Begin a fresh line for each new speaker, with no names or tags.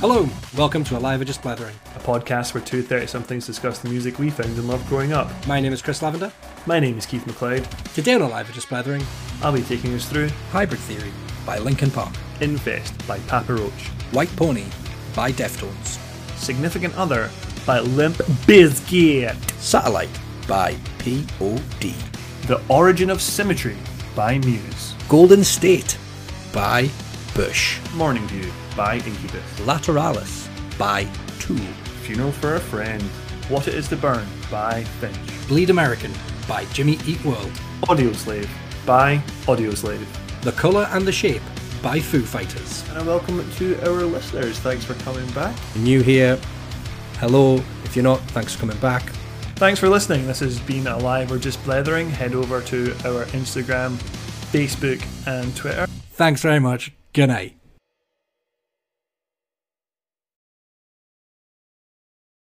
Hello, welcome to Alive or Just Blathering.
a podcast where two 30 somethings discuss the music we found and loved growing up.
My name is Chris Lavender.
My name is Keith McLeod.
Today on Alive or Just Blathering,
I'll be taking us through
Hybrid Theory by Linkin Park,
Infest by Papa Roach,
White Pony by Deftones,
Significant Other by Limp Bizkit,
Satellite by POD,
The Origin of Symmetry by Muse,
Golden State by Bush,
Morning View by Incubus,
Lateralis by Tool,
Funeral for a Friend, What It Is to Burn by Finch,
Bleed American by Jimmy Eat World,
Audioslave by Audioslave.
The Color and the Shape by Foo Fighters.
And a welcome to our listeners. Thanks for coming back.
New here, hello. If you're not, thanks for coming back.
Thanks for listening. This has been Alive or Just Blethering. Head over to our Instagram, Facebook, and Twitter.
Thanks very much. Good night.